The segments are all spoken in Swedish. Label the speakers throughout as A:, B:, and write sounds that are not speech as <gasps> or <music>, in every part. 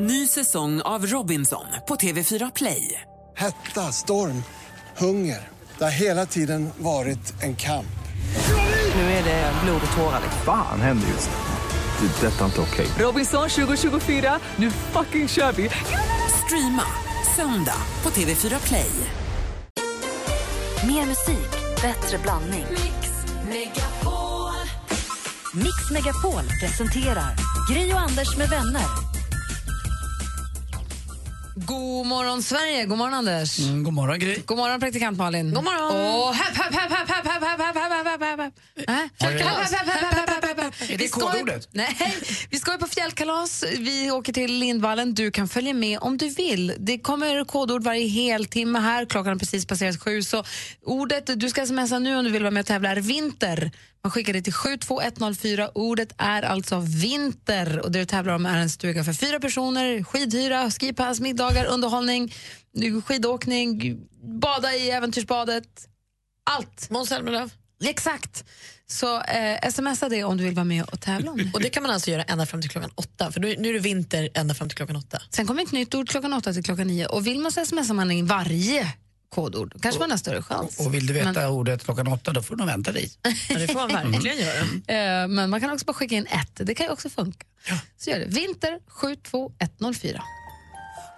A: Ny säsong av Robinson på TV4 Play.
B: Hetta, storm, hunger. Det har hela tiden varit en kamp.
A: Nu är det blod och tårar.
C: Fan händer just nu. Det. är Detta är inte okej.
A: Robinson 2024, nu fucking kör vi! Streama söndag på TV4 Play.
D: Mer musik, bättre blandning. Mix Megapol presenterar Gri och Anders med vänner.
E: God morgon, Sverige. God morgon, Anders.
F: Mm, God morgon, Gry.
E: God morgon, praktikant Malin. God morgon. Och häpp, häpp, häpp, häpp, häpp, häpp, häpp, häpp, häpp, häpp, häpp, häpp. Äh? Fjällkalas. Häpp, häpp, häpp, häpp, häpp, häpp, häpp.
F: Är det
E: Vi ska ju-
F: kodordet?
E: Nej, vi ska ju på fjällkalas. Vi åker till Lindvallen. Du kan följa med om du vill. Det kommer kodord varje heltimme här. Klockan har precis passerat sju. Så ordet du ska smsa nu om du vill vara med och tävla är vinter. Man skickar det till 72104. Ordet är alltså vinter. Och Det du tävlar om är en stuga för fyra personer, skidhyra, skipass, middagar, underhållning, skidåkning, bada i äventyrsbadet. Allt.
G: Måns Zelmerlöw.
E: Exakt. Så eh, smsa det om du vill vara med och tävla om det.
G: Och det kan man alltså göra ända fram till klockan åtta, för nu, nu är det vinter ända fram till klockan åtta.
E: Sen kommer ett nytt ord klockan åtta till klockan nio. Och vill man så smsar man in varje kodord. kanske man har större chans.
F: Och vill du veta
E: Men,
F: ordet klockan åtta, då får du nog vänta dit.
G: Men det får man verkligen göra.
E: eh, men man kan också bara skicka in ett. Det kan ju också funka. Så gör det. Vinter 72104.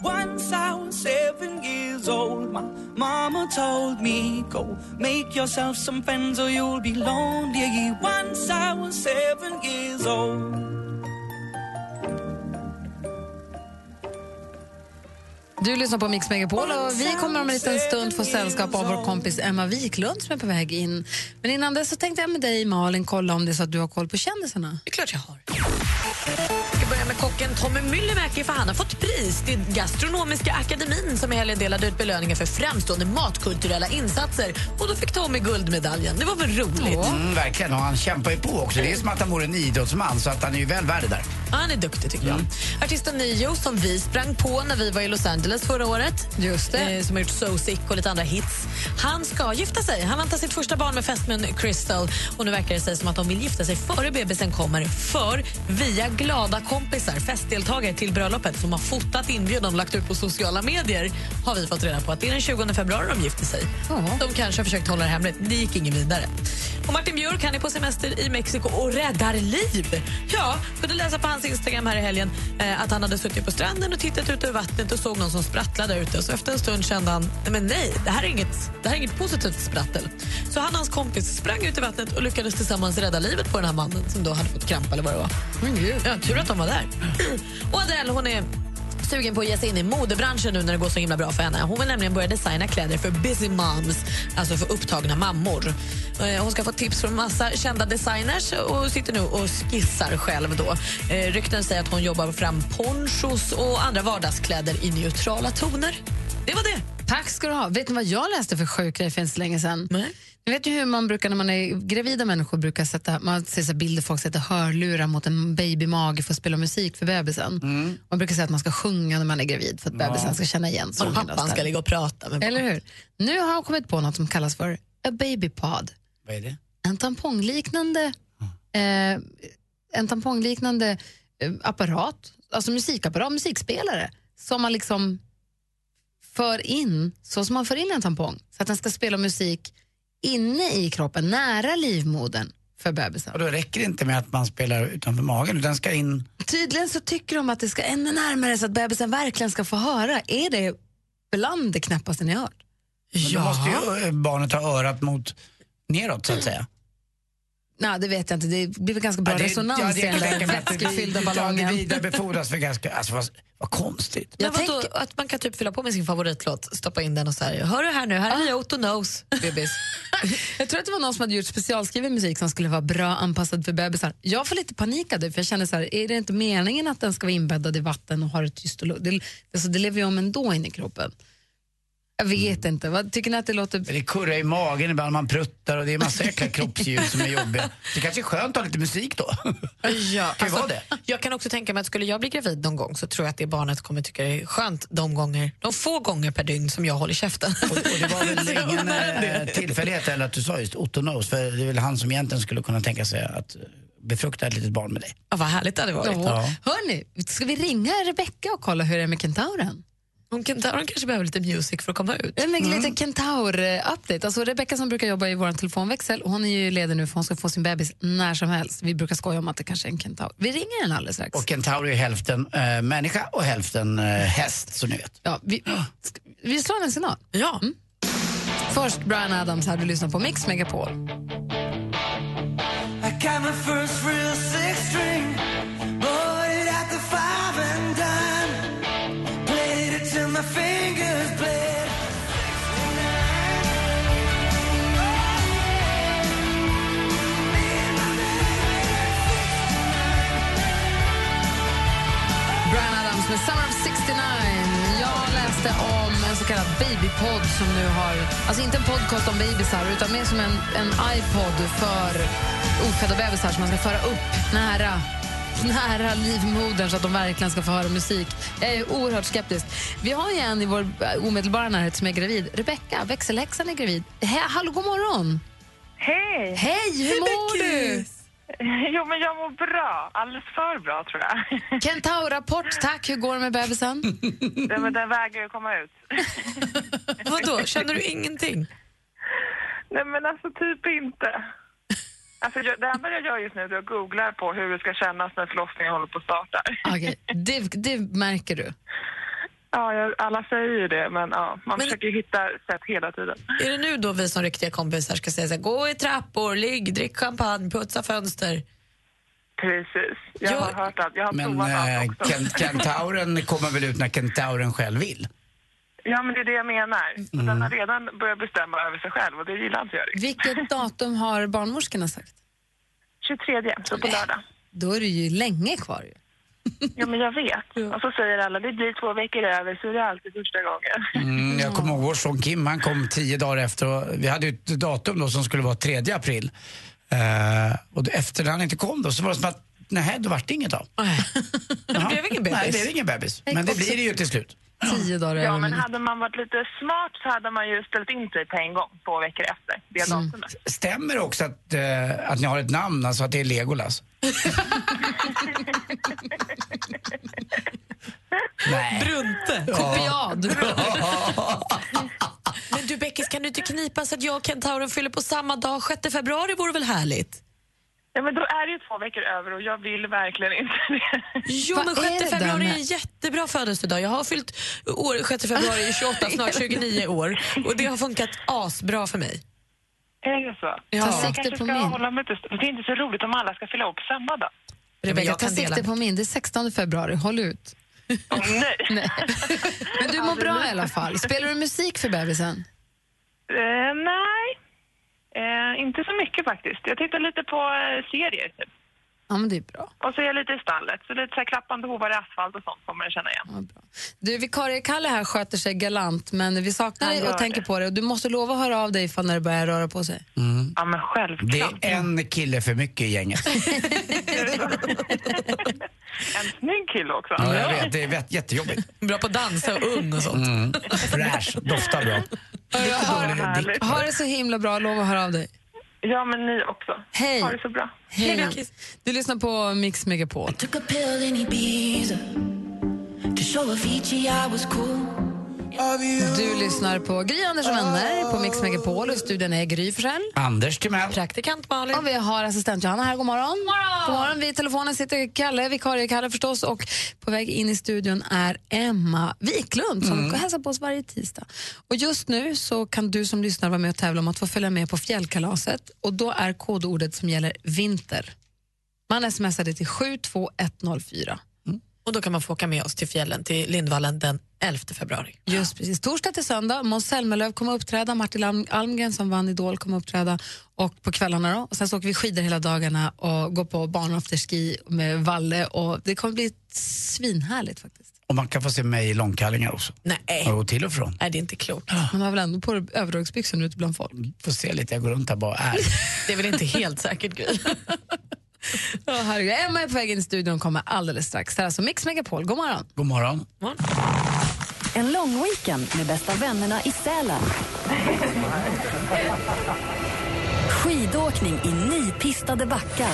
H: Once I was seven years old, my mama told me, Go make yourself some friends or you'll be lonely. Once I was seven years old.
E: Du lyssnar på Mix Megapol och vi kommer om en liten stund få sällskap av vår kompis Emma Wiklund som är på väg in. Men innan dess så tänkte jag med dig Malin kolla om det är så att du har koll på kändisarna.
G: Det är klart jag har. Vi ska börja med kocken Tommy Myllymäki för han har fått pris till Gastronomiska akademin som i helgen delade ut belöningen för framstående matkulturella insatser. Och då fick Tommy guldmedaljen. Det var väl roligt?
F: Mm, verkligen, och han kämpar ju på också. Det är som att han vore en idrottsman, så att han är ju väl värd det där.
G: Ja, Han är duktig tycker
E: Mm.
G: jag. Artisten Nio som vi sprang på när vi var i Los Angeles förra året.
E: Just det.
G: Eh, Som har gjort So Sick och lite andra hits. Han ska gifta sig. Han väntar sitt första barn med fästmön Crystal. Och nu verkar det sig som att de vill gifta sig före bebisen kommer. För via glada kompisar, festdeltagare till bröllopet som har fotat inbjudan och lagt ut på sociala medier har vi fått reda på att det är den 20 februari de gifter sig.
E: Ja.
G: De kanske har försökt hålla det hemligt. Det gick ingen vidare. Och Martin Björk han är på semester i Mexiko och räddar liv. Ja, kunde läsa på hans Instagram här i helgen eh, att han hade suttit på stranden och tittat ut över vattnet och såg någon som sprattlade där ute. Så efter en stund kände han "Nej, men nej, det här är inget, det här är inget positivt sprattel. Så han och hans kompis sprang ut i vattnet och lyckades tillsammans rädda livet på den här mannen som då hade fått kramp eller vad det var. Ja, tur att de var där. <clears throat> och Adele, hon är sugen på att ge sig in i modebranschen nu när det går så himla bra för henne. Hon vill nämligen börja designa kläder för busy moms, alltså för upptagna mammor. Eh, Hon ska få tips från massa kända designers och sitter nu och skissar själv. Då. Eh, Rykten säger att hon jobbar fram ponchos och andra vardagskläder i neutrala toner. Det var det.
E: Tack ska du ha. Vet ni vad jag läste för sjuk grej för inte så länge sedan?
G: Nej.
E: Ni vet ju hur man brukar när man är gravida människor brukar sätta, man ser så här bilder folk sätter hörlurar mot en babymage för att spela musik för bebisen. Man brukar säga att man ska sjunga när man är gravid för att bebisen ska känna igen
G: Och
E: sången. och
G: pappan
E: så
G: ska
E: där.
G: ligga och prata med
E: Eller hur? Nu har jag kommit på något som kallas för a babypod.
F: Vad är det?
E: En tampongliknande eh, en tampongliknande eh, apparat, alltså musikapparat, musikspelare som man liksom för in så som man för in en tampong så att den ska spela musik inne i kroppen, nära livmodern för bebisen.
F: Och då räcker det inte med att man spelar utanför magen, utan ska in...
E: Tydligen så tycker de att det ska ännu närmare så att bebisen verkligen ska få höra. Är det bland det knäppaste ni har hört?
F: Men Då måste ju eh, barnet ha örat mot neråt, så att säga.
E: Nej, det vet jag inte. Det blir väl ganska bra
F: Ja, det-
E: resonans
F: ja, det-
E: i den
F: jag
E: där
F: tänker mig att det-
E: vätskefyllda
F: Ja, det
E: ballongen.
F: vidarebefordras för ganska... Alltså, vad, vad konstigt.
E: Jag
G: Jag men vadå,
E: tänker-
G: att man kan typ fylla på med sin favoritlåt, stoppa in den och så här, hör du här nu, här är ah. Otto Knows, bebis.
E: Jag tror att det var någon som hade gjort specialskriven musik som skulle vara bra anpassad för bebisar. Jag får lite panik av det, för jag känner så här, är det inte meningen att den ska vara inbäddad i vatten och ha det tyst och lugnt? Det, alltså, det lever ju om ändå inne i kroppen. Jag vet inte, vad, tycker ni att det låter...
F: Det kurrar i magen ibland, man pruttar och det är massa äckliga kroppsljud som är jobbiga. Det kanske är skönt att ha lite musik då. <laughs>
G: Ja, alltså,
F: Kan ju vara det.
G: Jag kan också tänka mig att skulle jag bli gravid någon gång så tror jag att det barnet kommer tycka det är skönt de, gånger, de få gånger per dygn som jag håller käften.
F: Och, och det var väl ingen eh, tillfällighet eller att du sa just Otto Knows, för det är väl han som egentligen skulle kunna tänka sig att eh, befrukta ett litet barn med dig.
G: <laughs> Ja, vad härligt det hade varit.
F: Ja.
E: Hörni, ska vi ringa Rebecca och kolla hur det är med kentauren?
G: Hon kan ta- hon kanske behöver lite music för att komma ut. Mm.
E: En liten kentaur-update. Alltså Rebecca som brukar jobba i vår telefonväxel, hon är ju ledig nu för hon ska få sin bebis när som helst. Vi brukar skoja om att det kanske är en kentaur. Vi ringer henne alldeles strax.
F: Och kentaur är ju hälften eh, människa och hälften eh, häst, så ni vet.
E: Ja, vi, <gasps> ska- vi slår en signal. Mm.
G: Ja.
E: Först Brian Adams hade du lyssnat på Mix Megapol.
I: I got my first real six string, bought it at the five and dime, played it till my fingers bled.
E: Brian Adams med Summer of 69. Jag läste om en så kallad babypodd som nu har... Alltså inte en podcast om bebisar, utan mer som en, en iPod för ofödda bebisar som man ska föra upp nära <laughs> nära livmodern så att de verkligen ska få höra musik. Jag är oerhört skeptisk. Vi har ju en i vår eh, omedelbara närhet som är gravid. Rebecka, växelhäxan, är gravid. He- hallå, god morgon!
J: Hej! <laughs>
E: Hej, hur mår du?
J: Jo, men jag mår bra. Alldeles för bra, tror jag. <laughs>
E: Kentaur-rapport, tack. Hur går det med bebisen?
J: Nej, men den vägrar ju komma ut.
G: Vadå, känner du ingenting?
J: Nej, men alltså typ inte. Alltså, jag, det enda jag gör just nu är att jag googlar på hur det ska kännas när förlossningen håller på att starta.
E: Okej, det, det märker du.
J: Ja, jag, alla säger ju det, men ja, man
G: Men-
J: försöker ju hitta sätt hela tiden.
G: Är det nu då vi som riktiga kompisar ska säga så här, gå i trappor, ligg, drick champagne, putsa fönster?
J: Precis. Jag
G: Jag-
J: har hört allt. Jag har
F: Men
J: provat
F: eh,
J: allt också.
F: ken-
G: <laughs>
F: kentauren kommer väl ut när kentauren själv vill.
J: Ja, men det är det jag menar. Mm. Den har redan börjat bestämma över sig själv och det gillar inte jag riktigt.
E: Vilket datum har barnmorskorna sagt?
J: 23, så på lördag.
E: Då är det ju länge kvar. Ju.
J: Ja, men jag vet. Och så säger alla, det blir två veckor över så är det alltid första gången.
F: Mm, jag kommer ihåg vår son Kim, han kom tio dagar efter och vi hade ju ett datum då som skulle vara 3 april. Eh, och då- efter när han inte kom då så var det som att nej, då vart det inget av.
G: Men det
F: Jaha.
G: blev ingen bebis.
F: Nej, det blev ingen bebis. Men det blir det ju till slut.
E: Tio dagar
J: Ja,
E: över
F: Ehm,
J: men
E: minut.
J: hade man varit lite smart så hade man ju ställt in sig på en gång, två veckor efter det
F: Mm.
J: datumet.
F: Stämmer det också att, eh, att ni har ett namn, alltså att det är Legolas? Nej.
G: Brunte.
E: Kopiad.
G: <laughs> Men du Beckis, kan du inte knipa så att jag och kentauren fyller på samma dag? 6 februari vore väl härligt?
J: Ja, men då är det ju två veckor över och jag vill verkligen inte <laughs> det.
G: Jo,
E: Vad
G: men
E: är det
G: 6 februari
E: där
G: är
E: med-
G: en jättebra födelsedag. Jag har fyllt år 6 februari i <laughs> 28, snart 29 år. Och det har funkat asbra för mig.
J: Är det så?
E: Ta
J: Jag
E: sikte
J: kanske
E: på
J: ska
E: min.
J: hålla mig till Det är inte så roligt om alla ska fylla upp samma
F: <laughs>
J: dag.
G: Rebecka,
E: Jag tar
G: kan dela.
E: sikte på min. Det är 16 februari. Håll ut.
J: Åh nej!
E: <laughs>
J: <laughs>
E: Men du mår bra i alla fall. Spelar du musik för bebisen?
J: Eh, nej, eh, inte så mycket faktiskt. Jag tittar lite på eh, serier typ.
E: Ja, men det är bra.
J: Och så är jag lite i stallet, så lite så här klappande hovar i asfalt och sånt kommer jag känna igen.
E: Ja, bra. Du, vikarie-Kalle här sköter sig galant, men vi saknar
J: Han
E: dig
J: gör
E: och tänker
J: det.
E: på dig. Och du måste lova att höra av dig ifall när det börjar röra på sig.
J: Ja, men
F: Mm. Det
J: självklart.
F: är en kille för mycket i gänget.
J: En snygg kille också.
F: Ja, jag vet, det är vet- jättejobbigt.
G: Bra på att dansa och ung och sånt.
F: Mm. Fräsch, doftar bra.
J: Ja,
F: Dålig dikt.
J: härligt.
E: Ha det så himla bra. Lova att höra av dig.
J: Ja, men ni också.
E: Hej.
J: Ha det så bra.
E: Hej.
G: Hej,
E: då.
G: Beckis.
E: Du lyssnar på Mix Megapol. Du lyssnar på Gry Anders och vänner på Mix Megapol och studion är Gry Forssell.
F: Anders Timell.
G: Praktikant Malin.
E: Och vi har assistent Johanna här, god morgon. God morgon. Vid telefonen sitter Kalle, vikarie-Kalle förstås och på väg in i studion är Emma Wiklund som hälsar på oss varje tisdag. Och just nu så kan du som lyssnar vara med och tävla om att få följa med på fjällkalaset och då är kodordet som gäller vinter. Man smsar det till 72104.
G: Och då kan man få åka med oss till fjällen, till Lindvallen den 11 februari.
E: Just precis. Torsdag till söndag. Måns Zelmerlöw kommer uppträda, Martin Alm- Almgren som vann Idol kommer uppträda och på kvällarna då. Och sen så åker vi skidor hela dagarna och går på barnafterski med Valle och det kommer bli svinhärligt faktiskt.
F: Och man kan få se mig i långkallingar också.
G: Nej.
F: Och till och från.
G: Nej, det är inte klokt.
E: Man har väl ändå på överdragsbyxorna ute bland
G: <laughs>
E: folk.
F: Får se lite, jag går runt här bara är.
G: Det är väl inte helt säkert, Gry.
E: Oh, herregud. Emma är på väg in i studion och kommer alldeles strax. Det här är alltså Mix Megapol, god morgon.
F: God morgon.
D: En lång weekend med bästa vännerna i Sälen. Skidåkning i nypistade backar.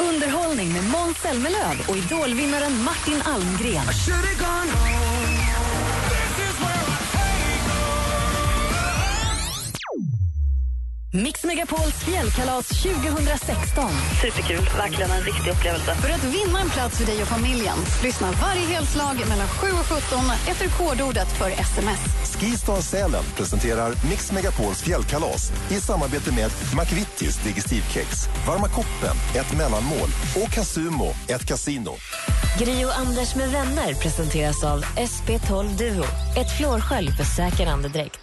D: Underhållning med Måns Zelmerlöw och Idolvinnaren Martin Almgren. Mix Megapols fjällkalas 2016.
K: Superkul, verkligen en riktig upplevelse.
L: För att vinna en plats för dig och familjen, lyssna varje helslag mellan 7 och 17 efter kodordet för sms.
M: Skistar Sälen presenterar Mix Megapols fjällkalas i samarbete med McVittys Digestivkex, Varma koppen, ett mellanmål och Casumo, ett kasino.
N: Gri och Anders med vänner presenteras av SP12 Duo. Ett flårskölj för säker andedräkt.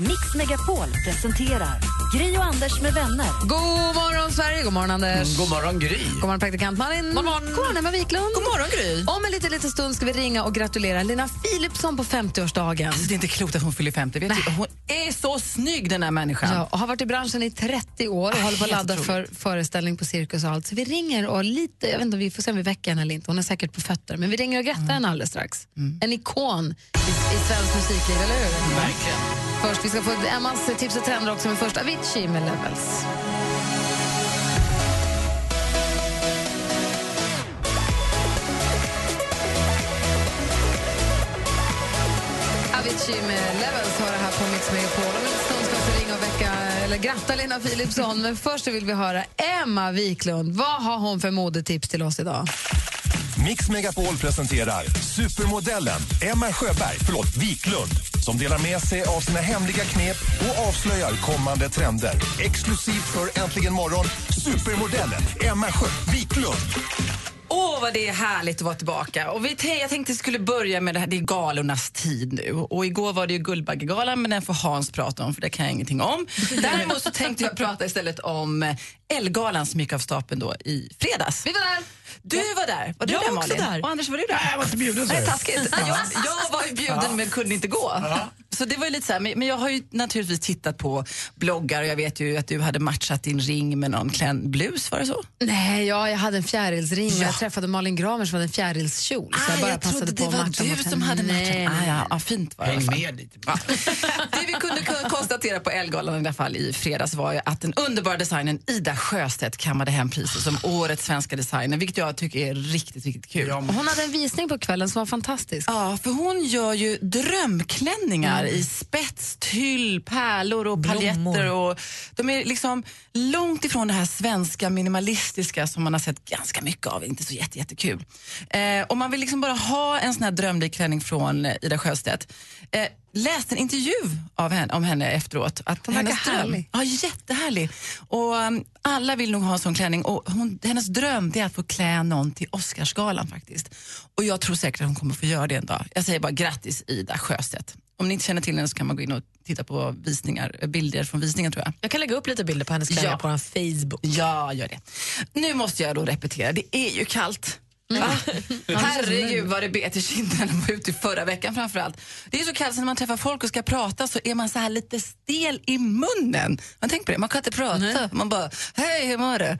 D: Mix Megapol presenterar Gri och Anders med vänner.
G: God morgon, Sverige! God morgon, Anders!
F: God morgon, Gry!
G: God morgon, praktikant Malin! God morgon, God morgon Emma Wiklund! God morgon, Gry! Om en liten, liten stund ska vi ringa och gratulera Lina Philipsson på 50-årsdagen.
E: Alltså, det är inte klokt att hon fyller 50. Vet du? Hon är så snygg, den här människan.
G: Ja, och har varit i branschen i 30 år och
E: Ah,
G: håller på att
E: helt
G: ladda för föreställning på Cirkus och allt. Så vi ringer och lite, jag vet inte om vi får se om vi väcker henne eller inte, hon är säkert på fötter. Men vi ringer och grattar henne alldeles strax.
E: Mm.
G: En ikon i, i svensk musikliv, eller hur?
F: Verkligen.
G: Först, vi ska få Emmas tips och trender också, men först Avicii med Levels. Avicii med Levels har det här på Mix Megapol. Om en stund ska vi ringa och väcka, eller gratta Lena Philipsson. Men först så vill vi höra Emma Wiklund. Vad har hon för modetips till oss idag?
M: Mix Megapol presenterar supermodellen Emma Sjöberg, förlåt, Wiklund som delar med sig av sina hemliga knep och avslöjar kommande trender. Exklusivt för Äntligen morgon, supermodellen Emma Sjö Wiklund.
E: Åh, vad det är härligt att vara tillbaka. Och vi t- jag tänkte vi skulle börja med det här, det är galornas tid nu. Och igår var det ju Guldbaggegalan, men den får Hans prata om för det kan jag ingenting
G: <laughs>
E: om. Däremot så tänkte jag prata istället om eh, Ellegalan som gick av stapeln då i fredags.
G: <laughs> Vi var där!
E: Du var där. Var du
O: Jag
E: där
O: var också
E: Malin?
O: där.
E: Och Anders, var du där?
F: Jag var inte bjuden. sa
E: Nej,
F: jag.
E: taskigt. Nej, jag, jag var ju bjuden men kunde inte gå. Så det var ju lite så här, men, men jag har ju naturligtvis tittat på bloggar och jag vet ju att du hade matchat din ring med någon klän blus, var det så?
G: Nej, ja, jag hade en fjärilsring och jag träffade Malin Gramer som hade en fjärilskjol. så jag bara passade på
E: det
G: att matcha
E: var
G: mot
E: du
G: henne.
E: som hade
G: Nej,
E: matchen.
G: nej,
E: Ah, ja, ja, fint var det i alla
F: Häng
E: fall.
F: med lite.
E: Ja. <laughs> Det vi kunde kunna konstatera på Ellegalan i alla fall i fredags var ju att den underbara designern Ida Sjöstedt kammade hem priset som årets svenska designer, vilket jag tycker är riktigt, riktigt kul.
F: Ja, men-
G: Hon hade en visning på kvällen som var fantastisk. Mm.
E: Ja, för hon gör ju drömklänningar i spets, tyll, pärlor och paljetter. Och de är liksom långt ifrån det här svenska minimalistiska som man har sett ganska mycket av, inte så jätte, jättekul. Eh, och man vill liksom bara ha en sån här drömlik klänning från eh, Ida Sjöstedt. Eh, läste en intervju av henne, om henne efteråt. Att
G: Hon verkar
E: hennes dröm,
G: härlig.
E: Ja, jättehärlig. Och, um, alla vill nog ha en sån klänning. Och hon, hennes dröm det är att få klä någon till Oscarsgalan faktiskt. Och jag tror säkert att hon kommer få göra det en dag. Jag säger bara grattis Ida Sjöstedt. Om ni inte känner till henne så kan man gå in och titta på visningar, bilder från visningen tror jag.
O: Jag kan lägga upp lite bilder på hennes kläder
E: Ja.
O: på vår Facebook.
E: Ja, gör det. Nu måste jag då repetera, det är ju kallt. Va? Herregud vad det bet i kinderna när man var ute i förra veckan framförallt. Det är så kallt så när man träffar folk och ska prata så är man så här lite stel i munnen. Man tänker på det, man kan inte prata. Man bara, hej hur mår du?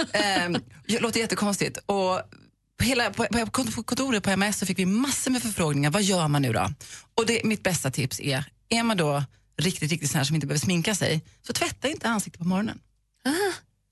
E: <laughs> Ehm, det låter jättekonstigt. Och på, hela, på, på kont- på kontoret på MS så fick vi massor med förfrågningar. Vad gör man nu då? Och det, mitt bästa tips är, är man då riktigt, riktigt sån här som inte behöver sminka sig, så tvätta inte ansiktet på morgonen.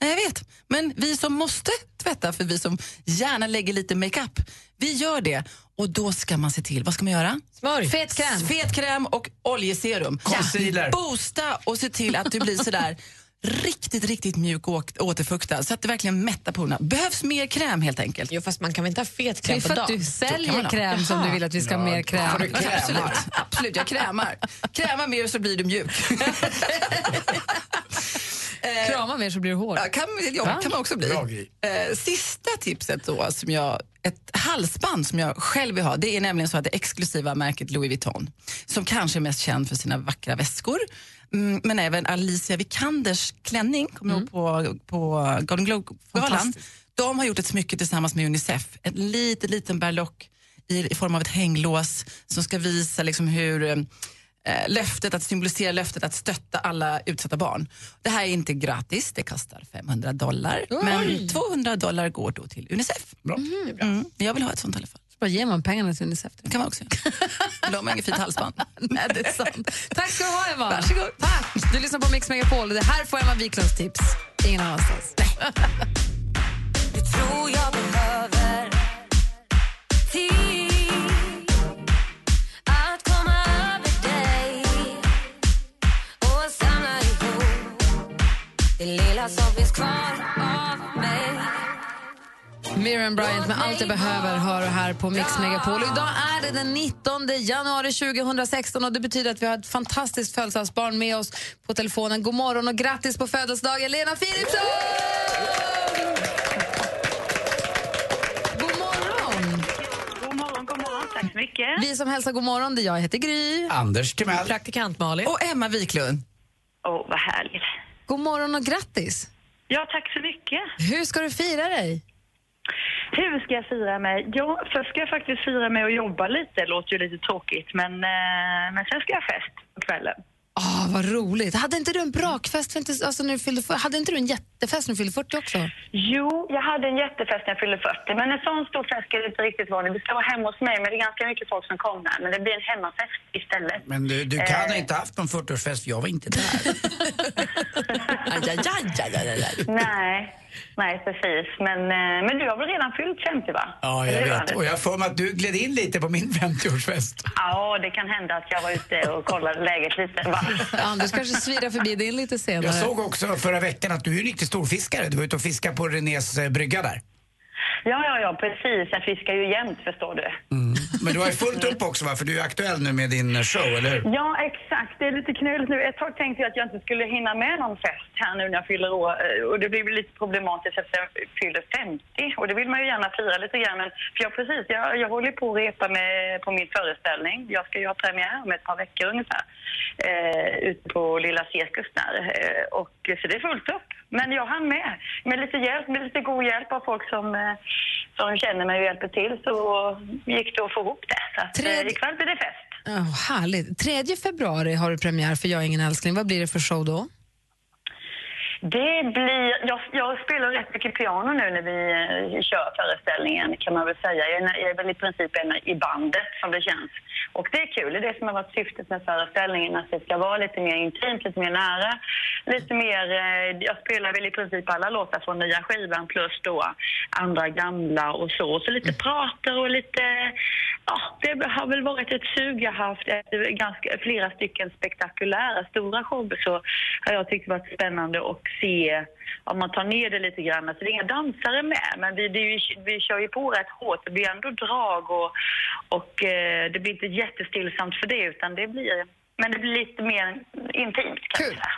E: Nej, jag vet. Men vi som måste tvätta, för vi som gärna lägger lite makeup, vi gör det. Och då ska man se till, vad ska man göra?
O: Smörj!
G: Fetkräm.
E: Fetkräm och oljeserum.
F: Concealer.
E: Boosta och se till att du blir sådär <laughs> riktigt, riktigt mjuk och åk- återfuktad så att du verkligen mättar porerna. Behövs mer kräm helt enkelt.
O: Jo, fast man kan väl inte ha fet
G: Det är
O: kräm på
G: för att
O: dagen?
G: du
E: kan man
G: säljer
E: ha.
G: kräm som
E: Jaha.
G: du vill att vi ska ha
F: Ja,
G: mer
F: får du
E: <laughs>
G: kräm.
F: krämar.
E: Absolut, absolut, jag krämar. Kräma mer så blir du mjuk.
G: <laughs>
E: Eh,
G: Krama mer så blir du hård.
E: Ja, kan, ja, kan man också bli.
F: Bra grej.
E: Eh, sista tipset då, som jag, ett halsband som jag själv vill ha, det är nämligen så att det exklusiva märket Louis Vuitton, som kanske är mest känd för sina vackra väskor, mm, men även Alicia Vikanders klänning, kommer mm. på, på Golden Globe-galan. De har gjort ett smycke tillsammans med Unicef, en liten, liten berlock i, i form av ett hänglås som ska visa liksom hur eh, eh, löftet att symbolisera löftet att stötta alla utsatta barn. Det här är inte gratis, det kostar 500 dollar. Men 200 dollar går då till Unicef.
F: Bra.
E: Mm. Jag vill ha ett sånt i alla fall.
G: Vad ger man pengarna till Unicef?
E: Det kan man också göra. De har inget fint halsband.
G: Nej, det är sant. Tack ska du ha, Emma.
E: Varsågod.
G: Tack. Du lyssnar på Mix Megapol och det här får Emma Wiklunds tips. Ingen annanstans.
P: tror jag behöver tid att komma över dig och samla ihop det lilla som finns kvar av mig
E: Miriam Bryant med Allt jag behöver hör och här på Mix Megapol. Och idag är det den 19 januari 2016 och det betyder att vi har ett fantastiskt födelsedagsbarn med oss på telefonen. God morgon och grattis på födelsedagen Lena Philipsson! God morgon!
J: God morgon, god morgon. Tack så mycket.
E: Vi som hälsar god morgon, det är jag heter Gry.
F: Anders Timell.
E: Praktikant Malin.
Q: Och Emma Wiklund.
J: Åh, vad härligt.
E: God morgon och grattis!
J: Ja, tack så mycket.
E: Hur ska du fira dig?
J: Hur ska jag fira mig? Ja, först ska jag faktiskt fira mig och jobba lite. Det låter ju lite tråkigt, men, eh, men sen ska jag ha fest på kvällen.
E: Ah, vad roligt. Hade inte du en brakfest för inte, alltså, när du fyllde, fyr- hade inte du en jättefest när du fyllde 40 också?
J: Jo, jag hade en jättefest när jag fyllde 40, men en sån stor fest ska det inte riktigt vara. Det ska vara hemma hos mig, men det är ganska mycket folk som kommer. Men det blir en hemmafest
E: <laughs>
J: istället.
F: Men du, du kan ha inte haft någon 40-årsfest för jag var inte där.
J: Nej, nej precis. Men, eh, men du har väl redan fyllt 50 va?
F: Ja, jag
J: Eller hur,
F: vet.
J: Anders?
F: Och jag har för mig att du gled in lite på min <laughs> 50-årsfest.
J: Ja, det kan hända att jag var ute och kollade läget lite. Va?
E: Anders kanske svirar förbi din lite senare.
F: Jag såg också förra veckan att du är en riktig storfiskare. Du var ute och fiskade på Renés eh, brygga där.
J: Ja, ja, ja, precis. Jag fiskar ju jämt, förstår du.
F: Men du har ju fullt upp också va? För du är aktuell nu med din eh, show, eller hur?
J: Ja, exakt. Det är lite knöligt nu. Ett tag tänkte jag att jag inte skulle hinna med någon fest här nu när jag fyller år. Eh, Och det blir väl lite problematiskt efter jag fyller 50. Och det vill man ju gärna fira lite grann. Men för jag, precis, jag, jag håller på att repa med, på min föreställning. Jag ska ju ha premiär om ett par veckor ungefär. Eh, ute på Lilla Cirkus där. Eh, och, så det är fullt upp. Men jag hann med. Med lite hjälp, med lite god hjälp av folk som, eh, som känner mig och hjälper till så gick det att få ihop det. Så att, eh, ikväll blir det fest.
E: Oh, härligt. 3 februari har du premiär för Jag är ingen älskling. Vad blir det för show då?
J: Det blir... Jag, jag spelar rätt mycket piano nu när vi eh, kör föreställningen, kan man väl säga. Jag är, nä- jag är väl i princip en i bandet, som det känns. Och det är kul. Det är det som har varit syftet med föreställningen, att det ska vara lite mer intimt, lite mer nära. Lite mer... eh, Jag spelar väl i princip alla låtar från nya skivan plus då andra gamla och så. Så lite prater och lite... Ja, det har väl varit ett sug jag haft efter ganska, flera stycken spektakulära stora shower så har jag tyckt det varit spännande att se om man tar ner det lite grann. Alltså det är inga dansare med men vi, det är ju, vi kör ju på rätt hårt. Det blir ändå drag och, och eh, det blir inte jättestillsamt för det utan det blir, men det blir lite mer intimt kan jag säga.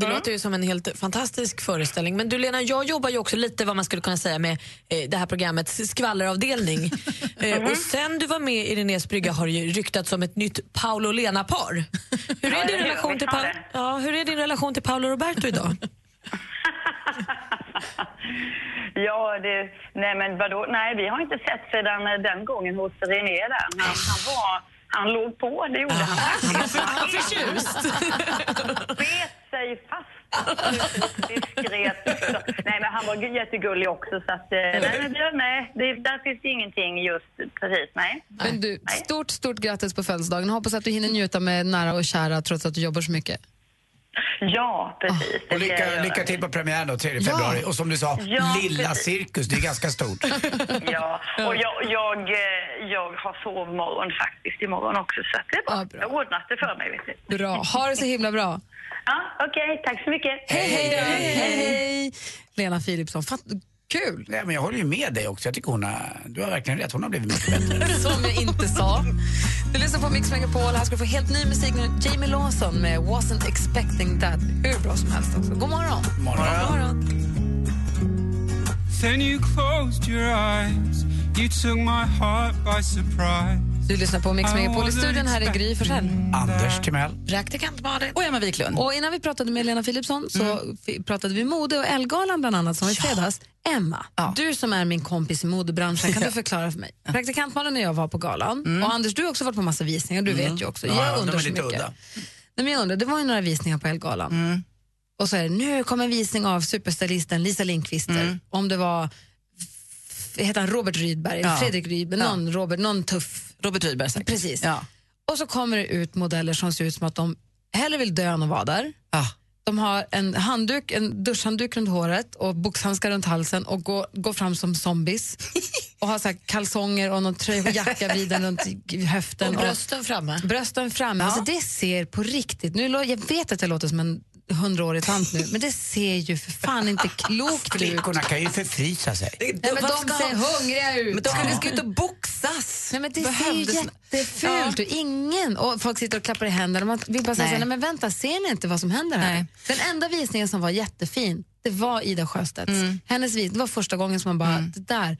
G: Det
E: Mm.
G: låter ju som en helt fantastisk föreställning. Men du Lena, jag jobbar ju också lite vad man skulle kunna säga med eh, det här programmets
E: <laughs>
G: skvalleravdelning.
E: Mm.
G: eh, och sen du var med i Renés brygga har det ju ryktats om ett nytt Paolo och Lena-par. Hur är, din relation till Paolo, ja, hur är din relation till Paolo Roberto idag?
J: <laughs> Ja, det, nej men vadå? Nej, vi har inte sett sedan eh, den gången hos René där. Men han var... Han låg på, det gjorde han. Han var <laughs> förtjust. Bet sig fast. Diskret. också. Nej, men han var gu- jättegullig också. Så att, eh, nej, men, vi- nej, det, där finns det ingenting just precis. Nej.
E: Men du, stort, stort grattis på födelsedagen. Hoppas att du hinner njuta med nära och kära trots att du jobbar så mycket.
J: Ja, precis.
F: Och lycka, lycka till på premiären då, 3 februari. Och som du sa,
J: Ja,
F: Lilla
J: precis.
F: Cirkus, det är ganska
J: <laughs>
F: stort.
J: Ja, och jag, jag, eh, jag har sovmorgon faktiskt imorgon också. Så att det är bra. Jag har ordnat det för mig. Vet du.
E: Bra. Ha det så himla bra.
J: Ja, Okej, tack så mycket.
E: Hej, hej, hej, hej. Lena Philipsson, fan, kul!
F: Nej, men jag håller ju med dig också. Jag tycker hon har, du har verkligen rätt. Hon har blivit mycket bättre.
J: <laughs>
E: Som jag inte sa. Du lyssnar på Mix Megapol. Här ska du få helt ny musik nu. Jamie Lawson med Wasn't expecting that. Hur bra som helst. Också. God morgon!
F: morgon.
R: Then you closed your eyes. You took my heart by surprise.
E: Du lyssnar på Mix Megapol i studion. Här är Gry Forssell.
F: Anders Timell.
E: Praktikant Malin.
Q: Och Emma Wiklund.
E: Och innan vi pratade med Lena Philipsson så
Q: Mm.
E: fi- pratade vi mode och Elgalan bland annat som var i fredags. Emma, du som är min kompis i
Q: <laughs>
E: modebranschen, kan du förklara för mig? Praktikant Malin och jag var på galan och Anders, du har också varit på massa visningar, du vet ju också. Jag
Q: Mm. Ja, de
E: undrar
Q: är
E: så
Q: lite
E: mycket.
Q: udda. Mm.
E: Nej, men jag undrar, det var ju några visningar på Elgalan. Och så är det, nu kom en visning av superstylisten Lisa Lindqvister.
Q: Mm.
E: Om det var, f- heter han Robert Rydberg,
Q: Ja.
E: Fredrik Rydberg,
Q: Ja.
E: någon, Robert, någon tuff.
Q: Robert Rydberg säkert.
E: Precis. Och så kommer det ut modeller som ser ut som att de hellre vill dö än att vara där.
G: De har en handduk, en duschhandduk runt håret och boxhandskar runt halsen och går, går fram som zombies. Och har så här kalsonger och någon tröja och jacka vid den runt höften.
S: Och brösten framme.
G: Brösten framme. Alltså det ser på riktigt... Nu, lå- jag vet att jag låter som en hundraårig tant nu, men det ser ju för fan inte klokt ut.
F: <laughs> Flickorna kan ju förfrysa sig.
G: Nej, men de ser hungriga ut.
E: Men de kan ju ska ut och boxas.
G: Nej, men det ser ju
E: Behövdes-
G: jättefult ut. Ingen, och folk sitter och klappar i händerna. Man vill bara säga
E: Nej.
G: så här, nej men vänta, ser ni inte vad som händer här? Den enda visningen som var jättefin, det var Ida Sjöstedts.
E: Mm.
G: Hennes vis, det var första gången som man bara, det där,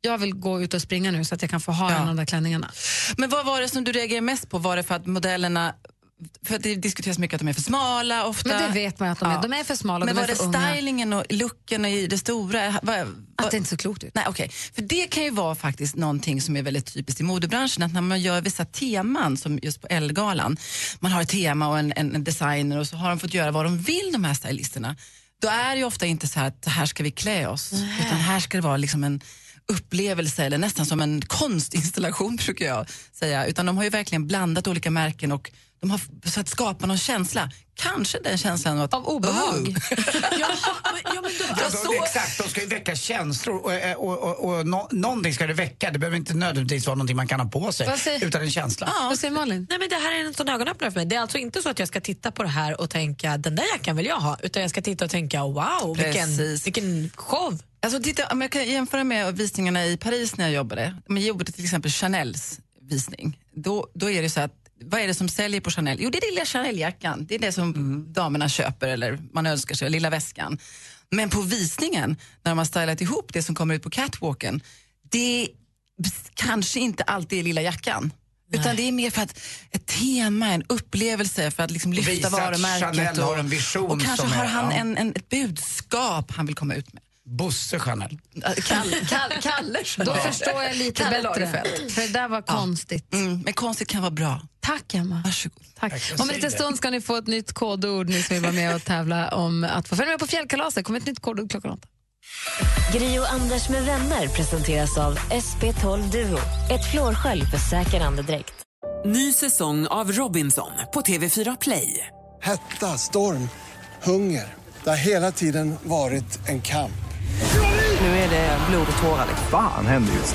G: jag vill gå ut och springa nu så att jag kan få ha en av de där klänningarna.
E: Men vad var det som du reagerade mest på? Var det för att modellerna... För att det diskuteras mycket att de är för smala ofta.
G: Men det vet man att de är. De är för smala,
E: Men
G: de är
E: var det
G: för unga.
E: stylingen och looken och i det stora?
G: Att det inte så klokt ut.
E: Nej, okej. För det kan ju vara faktiskt någonting som är väldigt typiskt i modebranschen, att när man gör vissa teman, som just på Ellegalan, man har ett tema och en, en, en designer och så har de fått göra vad de vill, de här stylisterna. Då är det ju ofta inte så här att här ska vi klä oss, utan här ska det vara liksom en upplevelse eller nästan som en konstinstallation <laughs> brukar jag säga. Utan de har ju verkligen blandat olika märken och de har f- så att skapa någon känsla. Kanske den känslan av att... "Oh, Av <laughs>
G: obehag.
F: Ja, de, Alltså, exakt, de ska ju väcka känslor och, eh, och, och, och nå- någonting ska det väcka. Det behöver inte nödvändigtvis vara någonting man kan ha på sig
S: Vad säger- Ah.
F: utan en känsla.
G: Vad säger Malin?
S: Nej, men det här är en sån ögonöppnare för mig. Det är alltså inte så att jag ska titta på det här och tänka den där jackan vill jag ha, utan jag ska titta och tänka wow, vilken,
E: Precis.
S: vilken show.
E: Alltså, titta, om jag kan jämföra med visningarna i Paris när jag jobbade. Om jag jobbade till exempel Chanels visning. Då, då är det så att, vad är det som säljer på Chanel? Jo, det är lilla Chanel-jackan. Det är det som
F: Mm.
E: damerna köper eller man önskar sig, lilla väskan. Men på visningen, när de har stylat ihop det som kommer ut på catwalken, det är kanske inte alltid är lilla jackan. Utan det är mer för att ett tema, en upplevelse för att liksom
F: Och
E: lyfta
F: visa att
E: varumärket.
F: Chanel
E: och,
F: har en vision
E: Och kanske
F: som
E: har
F: är-
E: han
F: ja.
E: en, en, ett budskap han vill komma ut med.
F: Bosse Chanel.
E: Kalle, Kalle, Kalle
G: Då förstår jag lite
E: Kalle
G: bättre.
E: Lagerfeld.
G: För det där var konstigt.
E: Mm, men konstigt kan vara bra.
G: Tack, Emma.
E: Varsågod.
G: Tack.
E: Jag
G: Om en
E: säger
G: liten
E: det.
G: stund ska ni få ett nytt kodord, ni som vill vara med och tävla om att få följa med på fjällkalaset. kommer ett nytt kodord klockan åtta.
D: Gri och Anders med vänner presenteras av SP12 Duo. Ett flårskölj för säker andedräkt.
A: Ny säsong av Robinson på TV4 Play.
B: Hetta, storm, hunger. Det har hela tiden varit en kamp.
A: Nu är det blod och tårar.
T: Fan händer just